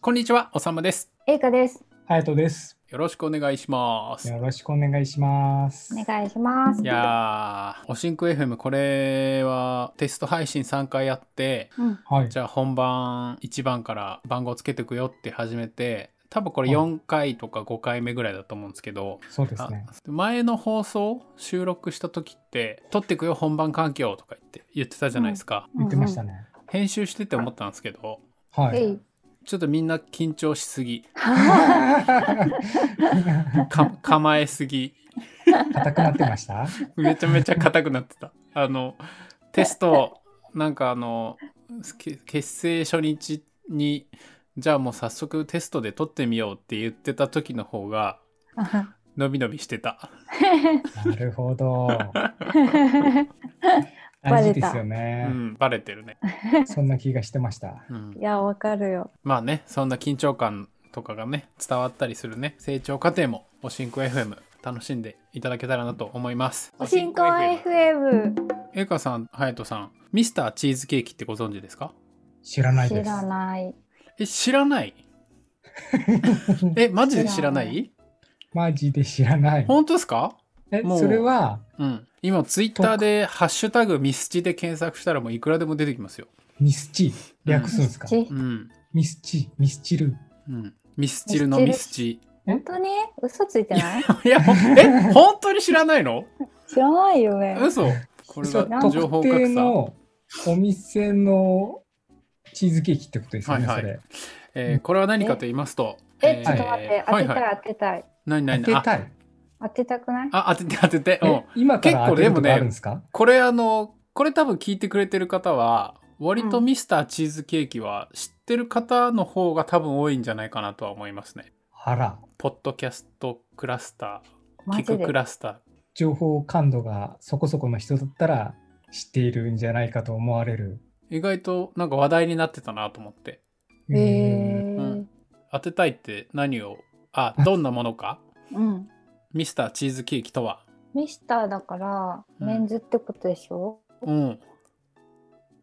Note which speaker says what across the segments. Speaker 1: こんにちは、おさむです。
Speaker 2: えいかです。
Speaker 3: ハヤトです。
Speaker 1: よろしくお願いします。
Speaker 3: よろしくお願いします。
Speaker 2: お願いします。
Speaker 1: いやー、おしんく FM これはテスト配信3回やって、
Speaker 2: うん、
Speaker 3: はい。
Speaker 1: じゃあ本番1番から番号つけてくよって始めて、多分これ4回とか5回目ぐらいだと思うんですけど、
Speaker 3: そうですね
Speaker 1: あ。前の放送収録した時って「撮ってくよ本番環境」とか言って言ってたじゃないですか、
Speaker 3: 言ってましたね。
Speaker 1: 編集してて思ったんですけど
Speaker 2: うん。
Speaker 3: は
Speaker 2: え
Speaker 3: い
Speaker 2: い。。
Speaker 1: ちょっとみんな緊張しすぎ
Speaker 3: 硬
Speaker 1: か 構えすぎ
Speaker 3: くなってました。
Speaker 1: めちゃめちゃ硬くなってた。あのテストなんかあのけ結成初日にじゃあもう早速テストで取ってみようって言ってた時の方が伸び伸びしてた。
Speaker 3: なるほど。
Speaker 2: バ
Speaker 3: 大
Speaker 2: レた
Speaker 3: 事ですよ
Speaker 1: う
Speaker 3: ね。
Speaker 1: ん、バレてるね。
Speaker 3: そんな気がしてました。
Speaker 1: うん
Speaker 2: い、や、わかるよ。
Speaker 1: まあねそんな緊張感とかがね伝わったりするね成長過程もおしんこ FM 楽しんでいただけたらなと思います。
Speaker 2: おしんこ FM。
Speaker 1: えかさん、はやとさん、ミスターチーズケーキってご存知ですか
Speaker 3: 知らない
Speaker 2: 知
Speaker 3: です。
Speaker 2: らない。
Speaker 1: え、知らないえ、マジで知らな
Speaker 2: 知ら
Speaker 1: い
Speaker 3: マジで知らない。
Speaker 1: 本当ですか
Speaker 3: え、
Speaker 1: もう
Speaker 3: それは。
Speaker 1: うん。今、ツイッターで、ハッシュタグミスチで検索したらもういくらでも出てきますよ。
Speaker 3: ミスチ。略すんですか。
Speaker 2: ち
Speaker 1: うん。
Speaker 3: ミスチ、ミスチル。
Speaker 1: うん。ミスチルのミスチ。
Speaker 2: 本当に嘘ついてない
Speaker 1: いや、ほんえ、本当に知らないの
Speaker 2: 知らないよね。
Speaker 1: 嘘。これ
Speaker 3: そう
Speaker 1: が情報
Speaker 3: 特
Speaker 1: 格
Speaker 3: 定
Speaker 1: 差。
Speaker 3: のお店のチーズケーキってことですよね、
Speaker 1: はいはい
Speaker 3: それ。
Speaker 1: えーこれは何かと言いますと。
Speaker 2: え、ちょっと待っ
Speaker 1: ー
Speaker 2: て。当
Speaker 1: はいはい。
Speaker 2: てたい、当てたい。
Speaker 1: 何何
Speaker 3: 当て
Speaker 1: 何
Speaker 3: たい。
Speaker 2: 当てたくない
Speaker 1: あ、あ当てて当てて。う
Speaker 3: え
Speaker 1: ん。
Speaker 3: 今から当
Speaker 1: 結構
Speaker 3: てる
Speaker 1: でも
Speaker 3: と
Speaker 1: ね
Speaker 3: かあるんですか
Speaker 1: これあのこれ多分聞いてくれてる方は割とミスターチーズケーキは知ってる方の方が多分多いんじゃないかなとは思いますね。
Speaker 3: あら、
Speaker 1: ポッドキャストクラスター、
Speaker 2: マ
Speaker 1: 聞
Speaker 2: ジ
Speaker 1: く
Speaker 2: で
Speaker 1: ク。ラスタ
Speaker 3: 情報感度がそこそこの人だったら知っているんじゃないかと思われる。
Speaker 1: ー。意外となんか話題になってたなと思って。
Speaker 2: え
Speaker 3: うん
Speaker 2: ー。
Speaker 1: 当てたいって何を、あ、どんなものか
Speaker 2: うん。
Speaker 1: ミスターチーズケーキとは。
Speaker 2: ミスターだから、
Speaker 1: うん
Speaker 2: メンズってことでしょ
Speaker 1: うん。
Speaker 2: っ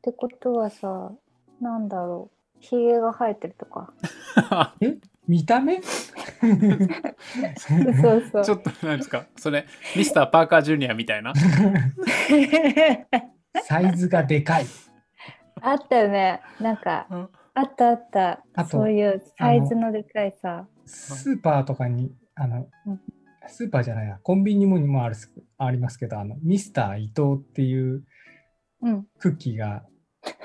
Speaker 2: てことはさ、なんだろう。ひげが生えてるとか。
Speaker 3: 見た目
Speaker 2: そうそう。
Speaker 1: ちょっと何ですかそれ、ミスターパーカージュニアみたいな。
Speaker 3: サイズがでかい。
Speaker 2: あったよね。なんか、
Speaker 1: うん
Speaker 2: あったあった。
Speaker 3: あと
Speaker 2: そういうサイズのでかいさ。
Speaker 3: スーパーとかに、あの
Speaker 2: うん、
Speaker 3: スーパーじゃないや、コンビニにもあるすありますけど、あの、ミスター伊藤っていう
Speaker 2: うん。
Speaker 3: クッキーが、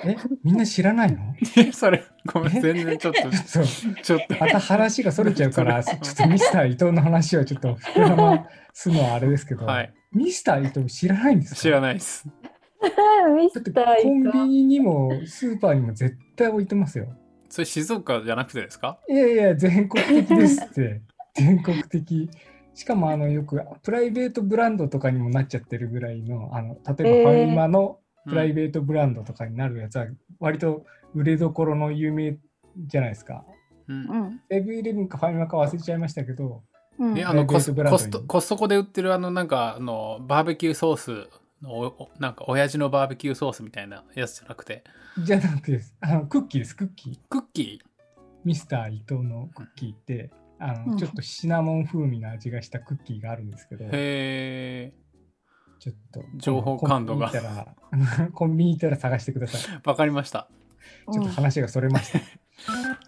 Speaker 3: え、みんな知らないの
Speaker 1: それ、ごめん、全然ちょっと、
Speaker 3: そう。
Speaker 1: ちょっと。
Speaker 3: また話がそれちゃうから、ち
Speaker 1: そ
Speaker 3: ょ
Speaker 1: れ
Speaker 3: っとミスター伊藤の話をちょっと膨らますのはあれですけど、
Speaker 1: はい、
Speaker 3: ミスター伊藤知らないんですか
Speaker 1: 知らないです。
Speaker 2: ミ
Speaker 3: だっ
Speaker 2: ス
Speaker 3: て
Speaker 2: ター
Speaker 3: コン
Speaker 2: イ
Speaker 3: ビニにもスーパーにも絶対置いてますよ。
Speaker 1: それ静岡じゃなくてですか
Speaker 3: いやいや、全国的で すって。全国的。しかもあのよくプライベートブランドとかにもなっちゃってるぐらいの、あの例えばフ
Speaker 2: えー
Speaker 3: ァミマの
Speaker 1: うん
Speaker 3: プライベートブランドとかになるやつは割と売れどころの有名じゃないですか。
Speaker 1: うん
Speaker 2: うん。
Speaker 3: セブンイレブンかファミマか忘れちゃいましたけど、
Speaker 2: うん
Speaker 1: え、あのコス
Speaker 3: プライベートブランド
Speaker 1: コスト
Speaker 3: に
Speaker 1: コストコで売ってるあのなんかあのバーベキューソースのおおなんか親父のバーベキューソースみたいなやつじゃなくて
Speaker 3: じゃなくてですあのクッキーです、クッキー。
Speaker 1: クッキ
Speaker 3: ミスター伊藤のクッキーって、あ
Speaker 2: う
Speaker 3: の
Speaker 2: ん
Speaker 3: ちょっとシナモン風味の味がしたクッキーがあるんですけど
Speaker 1: ー、へ
Speaker 3: ちょっと
Speaker 1: 情報感度が
Speaker 3: コンビニ行ったらコンビニ行ったら 探してください。
Speaker 1: えわかりました
Speaker 3: ちょっと話がそれました。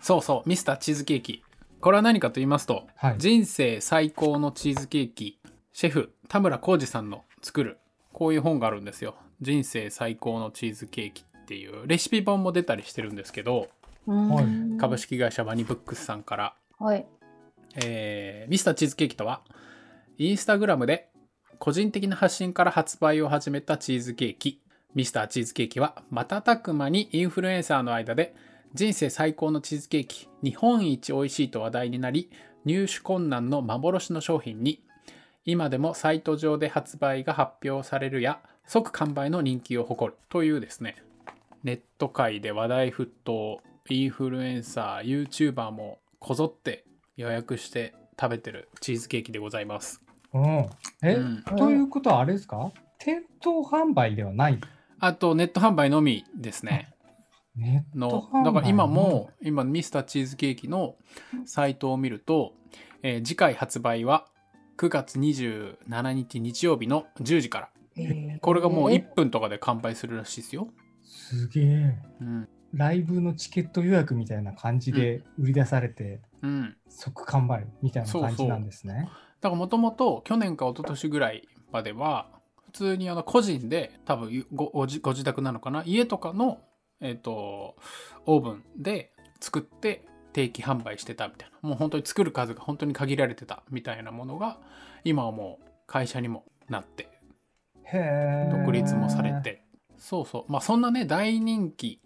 Speaker 1: そうそうミスターチーズケーキこれは何かと言いますと
Speaker 3: はい。
Speaker 1: 人生最高のチーズケーキシェフ田村浩二さんの作るこういう本があるんですよ人生最高のチーズケーキっていうレシピ本も出たりしてるんですけど
Speaker 2: うん
Speaker 3: はい
Speaker 2: うん
Speaker 1: 株式会社バニブックスさんから
Speaker 2: はい。
Speaker 1: えーミスターチーズケーキとは、インスタグラムで個人的な発信から発売を始めたチーズケーキ。ミスターチーズケーキは瞬く間にインフルエンサーの間で人生最高のチーズケーキ、日本一美味しいと話題になり、入手困難の幻の商品に、今でもサイト上で発売が発表されるや、即完売の人気を誇るというですね、ネット界で話題沸騰、インフルエンサー、YouTuber もこぞって予約して食べてるチーズケーキでございます。
Speaker 3: うん、え、
Speaker 1: うん
Speaker 3: ということはあれですか店頭販売ではない。
Speaker 1: あとネット販売のみですね。
Speaker 3: ネット
Speaker 1: の
Speaker 3: 販売
Speaker 1: だから今も今ミスターチーズケーキのサイトを見ると、えー次回発売は9月27日日曜日の10時からこれがもう1分とかで完売するらしいですよ、
Speaker 3: すげえ
Speaker 1: うん
Speaker 3: ライブのチケット予約みたいな感じで売り出されて
Speaker 1: うん、
Speaker 3: 即完売みたいな感じなんですね。
Speaker 1: だからもともと去年か一昨年ぐらいまでは普通にあの個人で多分ごご自ご自宅なのかな家とかの、えっとオーブンで作って定期販売してたみたいなもう本当に作る数が本当に限られてたみたいなものが今はもう会社にもなって
Speaker 3: へえ。
Speaker 1: 独立もされ。てそうそうまあそんなね大人気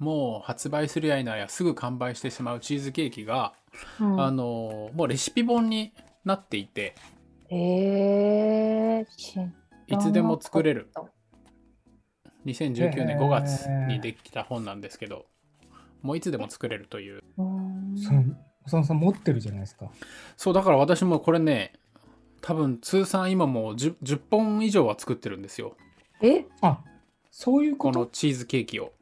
Speaker 1: もう発売するやいなやすぐ完売してしまうチーズケーキが、
Speaker 2: うん
Speaker 1: あのもうレシピ本になっていて
Speaker 2: えー、知らなかった
Speaker 1: いつでも作れる。2019年5月にできた本なんですけど、もういつでも作れるという。
Speaker 2: うーん
Speaker 3: そのそのさん持ってるじゃないですか。
Speaker 1: そう、だから私もこれね、多分通算今もう 10, 10本以上は作ってるんですよ。
Speaker 2: え
Speaker 3: あそういう
Speaker 1: こ
Speaker 3: こ
Speaker 1: の
Speaker 3: と
Speaker 1: チーズケーキを。そう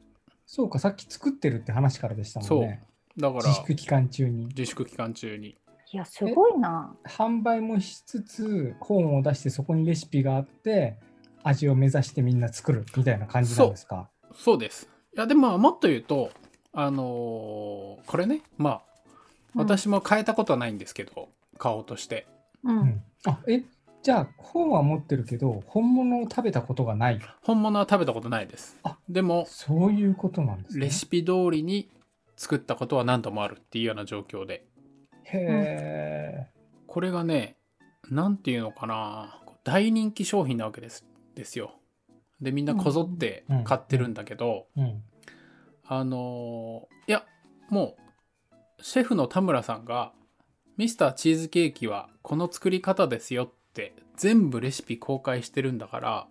Speaker 3: そうかさっき作ってるって話からでしたもんね。
Speaker 1: だから
Speaker 3: 自粛期間中に
Speaker 1: 自粛期間中に。
Speaker 2: いや、すごいな。
Speaker 3: 販売もしつつ本を出してそこにレシピがあって味を目指してみんな作るみたいな感じなんですか。
Speaker 1: そうです。いや、でももっと言うと、あのーこれね、まあ、私も変えたことはないんですけど、顔として。
Speaker 2: うん、
Speaker 3: う
Speaker 2: うん
Speaker 3: ん、あえじゃあ本は持ってるけど本物を食べたことがない
Speaker 1: 本物は食べたことないです
Speaker 3: あ。
Speaker 1: でも、
Speaker 3: そういうことなんですね。
Speaker 1: レシピ通りに作ったことは何度もあるっていうような状況で
Speaker 3: へ
Speaker 1: これがね何ていうのかな大人気商品なわけですですよでみんなこぞって買ってるんだけど、
Speaker 3: え。うん。
Speaker 1: あのーいやもうシェフの田村さんが「ミスターチーズケーキはこの作り方ですよ」って全部レシピ公開してるんだから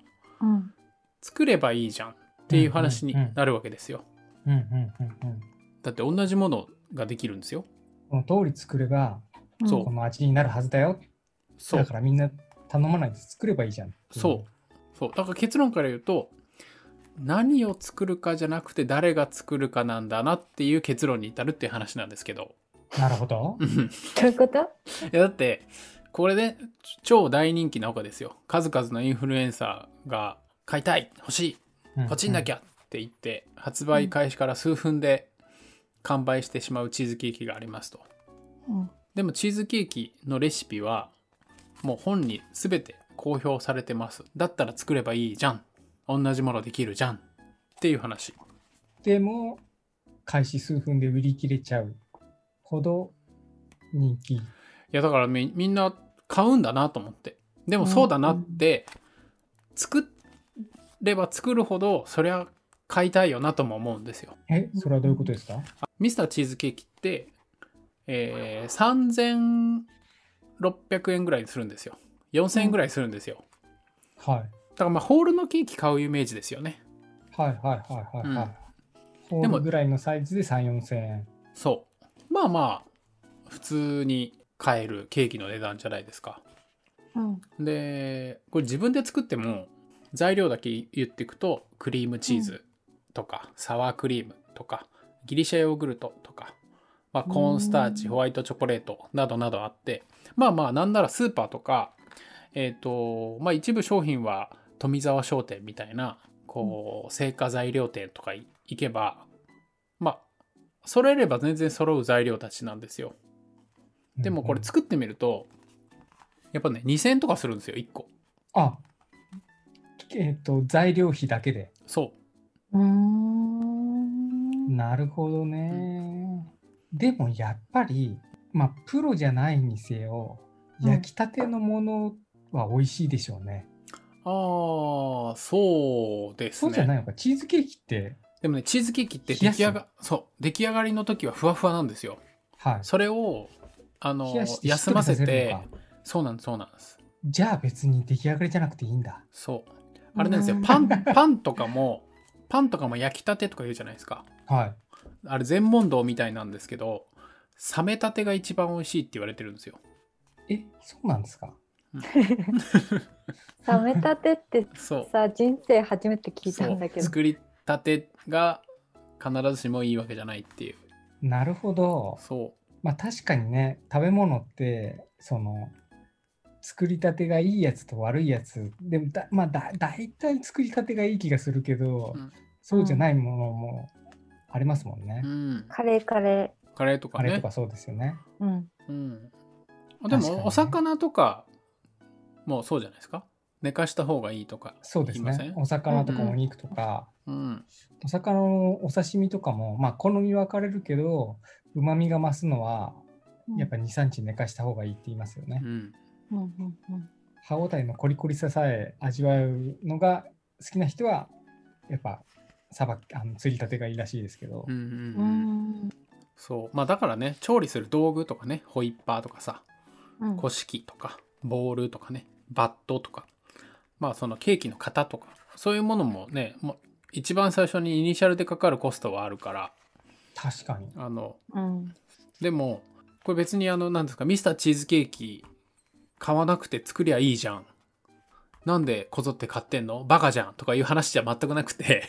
Speaker 1: 作ればいいじゃんっていう話になるわけですよ、
Speaker 3: うんうんうんうん。
Speaker 1: だって同じものができるんですよ
Speaker 3: この通り作れば
Speaker 2: うん
Speaker 1: そう
Speaker 3: この味になるはずだよ。
Speaker 1: そう
Speaker 3: だからみんな頼まないで作ればいいじゃん。
Speaker 1: そうそうだから結論から言うと何を作るかじゃなくて誰が作るかなんだなっていう結論に至るっていう話なんですけど
Speaker 3: う。なるほど
Speaker 1: う。ん
Speaker 2: どういうこと
Speaker 1: いやだってこれで超大人気なわけですよ数々のインフルエンサーが買いたい欲しい
Speaker 3: うん
Speaker 1: ポチんなきゃって言って発売開始から数分で完売してしまうチーズケーキがありますと
Speaker 2: うん
Speaker 1: でもチーズケーキのレシピはもう本に全て公表されてます。だったら作ればいいじゃん。同じものできるじゃん。っていう話。
Speaker 3: でも開始数分で売り切れちゃうほど人気。
Speaker 1: いやだからみみんな買うんだなと思って。でもそうだなって、作れば作るほどそりゃ買いたいよなとも思うんですよ。
Speaker 3: えそれはどういうことですか
Speaker 1: ミスターチーズケーキって、えー、3600円ぐらいするんですよ。4000円ぐらいするんですよ。
Speaker 3: はい。
Speaker 1: だからまあホールのケーキ買うイメージですよね。
Speaker 3: はいはいはいはいはい。ホ
Speaker 1: で
Speaker 3: ー
Speaker 1: も
Speaker 3: ルぐらいのサイズで3、4千円。
Speaker 1: そう。まあまあ、普通に買えるケーキの値段じゃないですか。
Speaker 2: うん
Speaker 1: で、これ自分で作っても、材料だけ言っていくと、クリームチーズとか、サワークリームとか、ギリシャヨーグルトとか、まあ、コーンスターチ、
Speaker 2: うん
Speaker 1: ホワイトチョコレートなどなどあって、まあまあ、なんならスーパーとか、えっ、と、まあ一部商品は富沢商店みたいな、こう、成果材料店とかい行けば、まあ、揃えれば全然揃う材料たちなんですよ。でもこれ
Speaker 3: うんうん
Speaker 1: 作ってみると、やっぱね、2000円とかするんですよ、1個。
Speaker 3: あえっ、と材料費だけで。
Speaker 1: そう
Speaker 2: ーん。
Speaker 3: なるほどね。でもやっぱり、まあ、プロじゃないにせよ、
Speaker 2: うん
Speaker 3: 焼きたてのものは美味しいでしょうね。
Speaker 1: う。ああ、そうです
Speaker 3: そうじゃな
Speaker 1: ね。
Speaker 3: いのか、チーズケーキって、
Speaker 1: でもね、チーズケーキって
Speaker 3: 冷
Speaker 1: 出
Speaker 3: やす
Speaker 1: 来上が、そう、出来上がりの時はふわふわなんですよ。
Speaker 3: は
Speaker 1: それを、あ
Speaker 3: い、
Speaker 1: の
Speaker 3: 冷やし、て
Speaker 1: 休ませ
Speaker 3: しっとり
Speaker 1: て
Speaker 3: さ、るのか
Speaker 1: そうなんです、そうなんです。
Speaker 3: じゃあ別に出来上がりじゃなくていいんだ。
Speaker 1: そう。あれなんですよ、
Speaker 2: うん
Speaker 1: パン、 パンとかも、パンとかも焼きたてとか言うじゃないですか。
Speaker 3: は
Speaker 1: あれ全問答みたいなんですけど、冷めたてが一番美味しいって言われてるんですよ。
Speaker 3: い。え、そうなんですか
Speaker 2: 冷めたてって
Speaker 1: そう。
Speaker 2: さ、人生初めて聞いたんだ
Speaker 1: そう
Speaker 2: けど。
Speaker 1: 作りたてが必ずしもいいわけじゃないっていう
Speaker 3: なるほど。
Speaker 1: そ
Speaker 3: まあ確かにね、食べ物って、その、作りたてがいいやつと悪いやつ、でもだ、まあだ、大体作りたてがいい気がするけど、
Speaker 1: うん
Speaker 3: そうじゃないものもありますもんね
Speaker 1: う、う。ん、
Speaker 2: カレーカレ
Speaker 1: カレーとか
Speaker 3: あれ
Speaker 1: ね
Speaker 3: とかそうですよね。
Speaker 2: ー。うん。
Speaker 1: うん、あで
Speaker 3: 確かにね
Speaker 1: もお魚とかもそうじゃないですか寝かした方がいいとか
Speaker 3: そうです
Speaker 1: 言いませ
Speaker 3: ね
Speaker 1: ん。
Speaker 3: お魚とか
Speaker 2: うんうん
Speaker 3: お肉とか、
Speaker 1: うん
Speaker 3: お魚のお刺身とかも、まあ好み分かれるけど、うまみが増すのは、やっぱ2、3日寝かした方がいいって言いますよね。
Speaker 1: うん
Speaker 2: うんうんうん
Speaker 3: 歯応えのコリコリささえ味わうのが好きな人はやっぱさばあの釣りたてがいいらしいですけど、
Speaker 1: うんうん
Speaker 2: う
Speaker 1: うん
Speaker 2: ん。
Speaker 1: そうまあだからね調理する道具とかねホイッパーとかさ
Speaker 2: うん。
Speaker 1: 古式とかボールとかねバットとかまあそのケーキの型とかそういうものもねもう一番最初にイニシャルでかかるコストはあるから
Speaker 3: 確かに
Speaker 1: あの
Speaker 2: うん。
Speaker 1: でもこれ別にあの何ですかミスターチーズケーキ買わなくて作りゃいいじゃんなんでこぞって買ってんのバカじゃんとかいう話じゃ全くなくて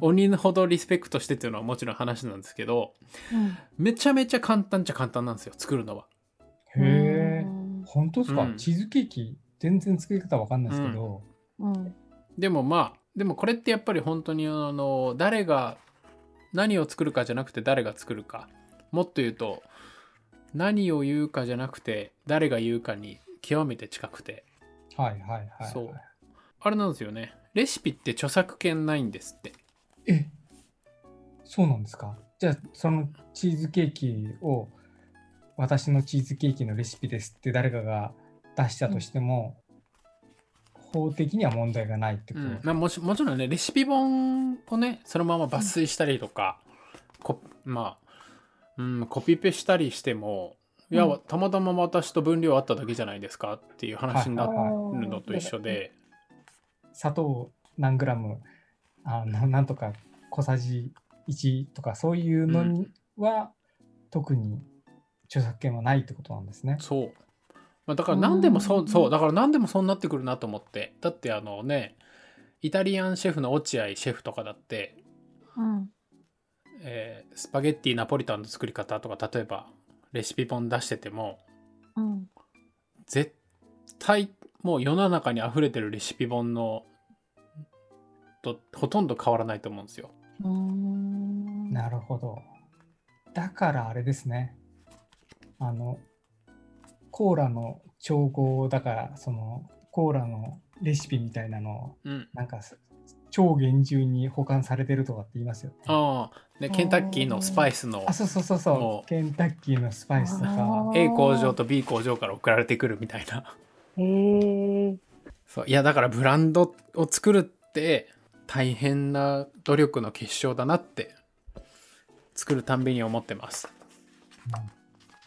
Speaker 1: 鬼のほどリスペクトしてっていうのはもちろん話なんですけど
Speaker 2: うん
Speaker 1: めちゃめちゃ簡単っちゃ簡単なんですよ作るのは
Speaker 3: へえ
Speaker 2: うん
Speaker 3: 本当ですか、
Speaker 1: うん
Speaker 3: チーズケーキ全然作り方わかんないですけど、
Speaker 2: うん。
Speaker 1: でもまあでもこれってやっぱり本当にあの誰が何を作るかじゃなくて誰が作るかもっと言うと何を言うかじゃなくて誰が言うかに極めて近くて
Speaker 3: はいはいはいはい
Speaker 1: そうあれなんですよねレシピって著作権ないんですって
Speaker 3: えそうなんですかじゃあそのチーズケーキを私のチーズケーキのレシピですって誰かが出したとしても、法的には問題がないって
Speaker 1: う
Speaker 3: こと、
Speaker 1: ん、まあ、もしもちろんねレシピ本をねそのまま抜粋したりとか、こまあ、うん、コピペしたりしてもいや、
Speaker 2: うん
Speaker 1: たまたま私と分量あっただけじゃないですかっていう話になるのと一緒で、
Speaker 3: 砂糖何グラムあのなんとか小さじ1とかそういうのには、特に著作権はないってことなんですね。
Speaker 1: そう、まあ、だから何でもそううんそうだから何でもそうなってくるなと思ってだってあのねイタリアンシェフの落合シェフとかだって
Speaker 2: うん。
Speaker 1: えースパゲッティナポリタンの作り方とか例えばレシピ本出してても
Speaker 2: うん。
Speaker 1: 絶対もう世の中に溢れてるレシピ本のとほとんど変わらないと思うんですよ。
Speaker 2: うーん。
Speaker 3: なるほど。だからあれですね。あのコーラの調合だからそのコーラのレシピみたいなのを
Speaker 1: うん、
Speaker 3: なんかす超厳重に保管されてるとかって言いますよね。
Speaker 1: ああでケンタッキーのスパイスの
Speaker 3: あそうそうそう
Speaker 1: も
Speaker 3: そううケンタッキーのスパイスとか
Speaker 2: あー
Speaker 1: A 工場と B 工場から送られてくるみたいな。
Speaker 2: へえ。
Speaker 1: そういやだからブランドを作るって大変な努力の結晶だなって作るたんびに思ってます。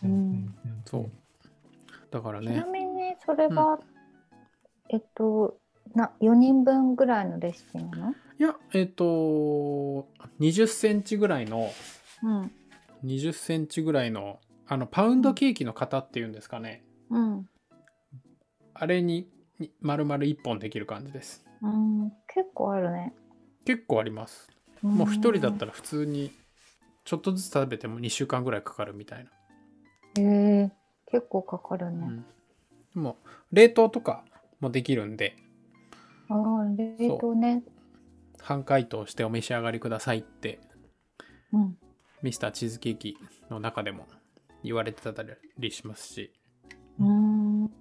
Speaker 3: うんうんうんうん
Speaker 1: そうだから
Speaker 2: ちな
Speaker 1: ね
Speaker 2: みにそれは、えっとな4人分ぐらいのレシピなの
Speaker 1: いやえっ、と20センチぐらいの
Speaker 2: うん
Speaker 1: 20センチぐらいのあのパウンドケーキの型っていうんですかね
Speaker 2: うん
Speaker 1: あれにに丸々1本できる感じです
Speaker 2: うん、結構あるね。
Speaker 1: 結構ありますもう1人だったら普通にちょっとずつ食べても2週間ぐらいかかるみたいな、
Speaker 2: ら。へえ、結構かかる
Speaker 1: う
Speaker 2: ね。
Speaker 1: ん、でも冷凍とかもできるんで
Speaker 2: ああ、冷凍ね。
Speaker 1: 半解凍してお召し上がりくださいって
Speaker 2: うん。
Speaker 1: ミスターチーズケーキの中でも言われてたりしますし、
Speaker 2: うーん。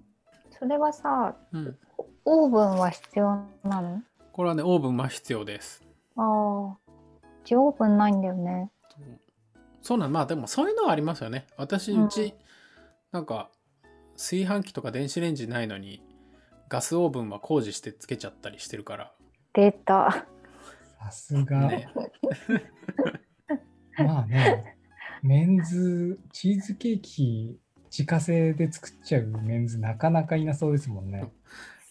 Speaker 2: それはさ、
Speaker 1: うん、
Speaker 2: オーブンは必要なの
Speaker 1: これはねオーブンは必要です
Speaker 2: ああ。うちオーブンないんだよね。
Speaker 1: そうそうなんまあでもそういうのはありますよね私
Speaker 2: うん
Speaker 1: うち、なんか炊飯器とか電子レンジないのにガスオーブンは工事してつけちゃったりしてるから
Speaker 2: 出た。
Speaker 3: さすが、
Speaker 1: ね
Speaker 3: まあね、メンズ、チーズケーキ、自家製で作っちゃうメンズ、なかなかいなそうですもんね。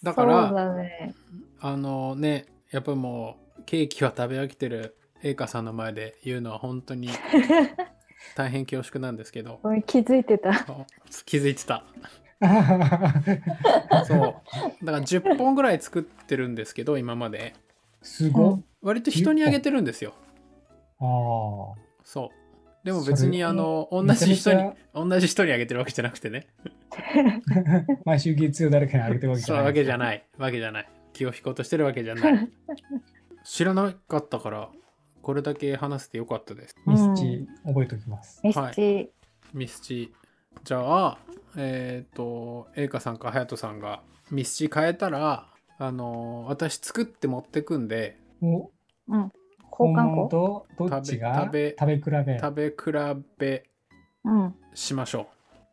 Speaker 1: だか
Speaker 2: そう
Speaker 1: ら
Speaker 2: だね。
Speaker 1: あのねやっぱもうケーキは食べ飽きてる栄華さんの前で言うのは本当に大変恐縮なんですけど
Speaker 2: ごめん気づいてた。
Speaker 1: あ気づいてた
Speaker 3: す
Speaker 1: そうだから10本ぐらい作ってるんですけど今まで
Speaker 3: ご
Speaker 2: う
Speaker 3: っ
Speaker 2: ん。
Speaker 1: 割と人にあげてるんですよ
Speaker 3: ああ。
Speaker 1: そうでも別に
Speaker 3: それ
Speaker 1: あの同
Speaker 3: めちゃ
Speaker 1: じ
Speaker 3: めち
Speaker 1: 人
Speaker 3: ゃ
Speaker 1: に同じ人にあげてるわけじゃなくてね
Speaker 3: 毎週月曜誰かにあげてるわけじ
Speaker 1: そ
Speaker 3: ゃ
Speaker 1: う
Speaker 3: ない。
Speaker 1: わけじゃ
Speaker 3: い。
Speaker 1: ないわけじゃない気を引こうとしてるわけじゃない知らなかったからこれだけ話せてよかったです
Speaker 3: ミスチ、覚えておきます。
Speaker 2: ミスチ、
Speaker 1: ミスチじゃあえっ、と栄華さんか隼人さんがミスチ変えたらあの私作って持ってくんで
Speaker 3: お
Speaker 2: うん。
Speaker 3: 本
Speaker 2: 交換
Speaker 3: 物
Speaker 2: 庫
Speaker 3: とどっちが
Speaker 1: 食べ
Speaker 3: 食べ比べ。
Speaker 1: 食べ比べ
Speaker 2: うん。
Speaker 1: しましょう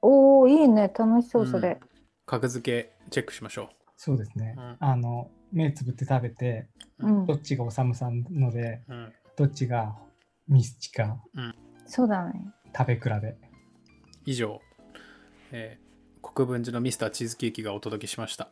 Speaker 2: おおいいね。楽しそう、そ
Speaker 1: うん
Speaker 2: れ。
Speaker 1: 格付けチェックしましょ
Speaker 3: そうですね
Speaker 1: うん。
Speaker 3: あの、目つぶって食べて、
Speaker 1: う
Speaker 2: うん。
Speaker 3: どっちがおさむさんので、
Speaker 1: う、うん、
Speaker 3: どっちがミスチか
Speaker 2: そうだね。
Speaker 3: 食べ比べ。
Speaker 1: 以上、えー国分寺のミスターチーズケーキがお届けしました